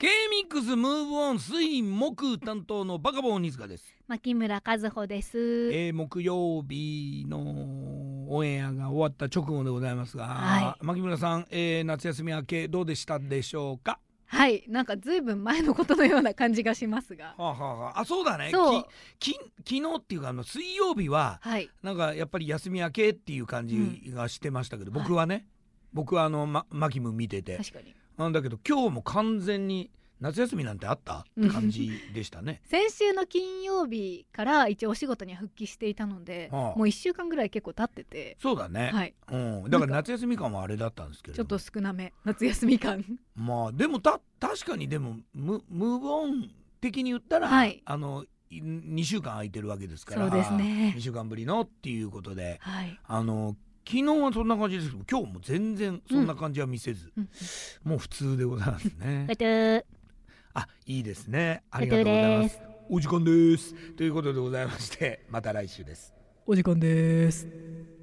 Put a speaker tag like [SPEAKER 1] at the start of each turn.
[SPEAKER 1] ニックスムーブオン水木担当のバカボン鬼塚です、
[SPEAKER 2] 牧村和穂です。
[SPEAKER 1] えー木曜日のオンエアが終わった直後でございますが、
[SPEAKER 2] は
[SPEAKER 1] 牧村さん、えー夏休み明けどうでしたでしょうか
[SPEAKER 2] はい、なんかずいぶん前のことのような感じがしますが。
[SPEAKER 1] はあ、はあはあ、あそうだね
[SPEAKER 2] そう
[SPEAKER 1] きき昨日っていうかあの水曜日は
[SPEAKER 2] はい。
[SPEAKER 1] なんかやっぱり休み明けっていう感じがしてましたけど、僕はね、僕はあの、ま、マキム見てて
[SPEAKER 2] 確かに。。
[SPEAKER 1] なんだけど今日も完全に夏休みなんてあったって感じでしたね
[SPEAKER 2] 先週の金曜日から一応お仕事には復帰していたので、
[SPEAKER 1] はあ
[SPEAKER 2] もう一週間ぐらい結構経ってて、
[SPEAKER 1] そうだね、
[SPEAKER 2] はい、
[SPEAKER 1] うん、だから夏休み感はあれだったんですけれ
[SPEAKER 2] ちょ
[SPEAKER 1] ども
[SPEAKER 2] っと少なめ夏休み 感。
[SPEAKER 1] まあでもた確かにでもムムーブオン的に言ったら、
[SPEAKER 2] はい
[SPEAKER 1] あのい2週間空いてるわけですから
[SPEAKER 2] そうですね
[SPEAKER 1] 2週間ぶりのっていうことで
[SPEAKER 2] はい。
[SPEAKER 1] あの昨日はそんな感じですけど今日も全然そんな感じは見せず、
[SPEAKER 2] うん
[SPEAKER 1] もう普通でございますね。
[SPEAKER 2] トゥ
[SPEAKER 1] あいいですねありがとうございます。お時間ですということでございましてまた来週です。
[SPEAKER 2] お時間です。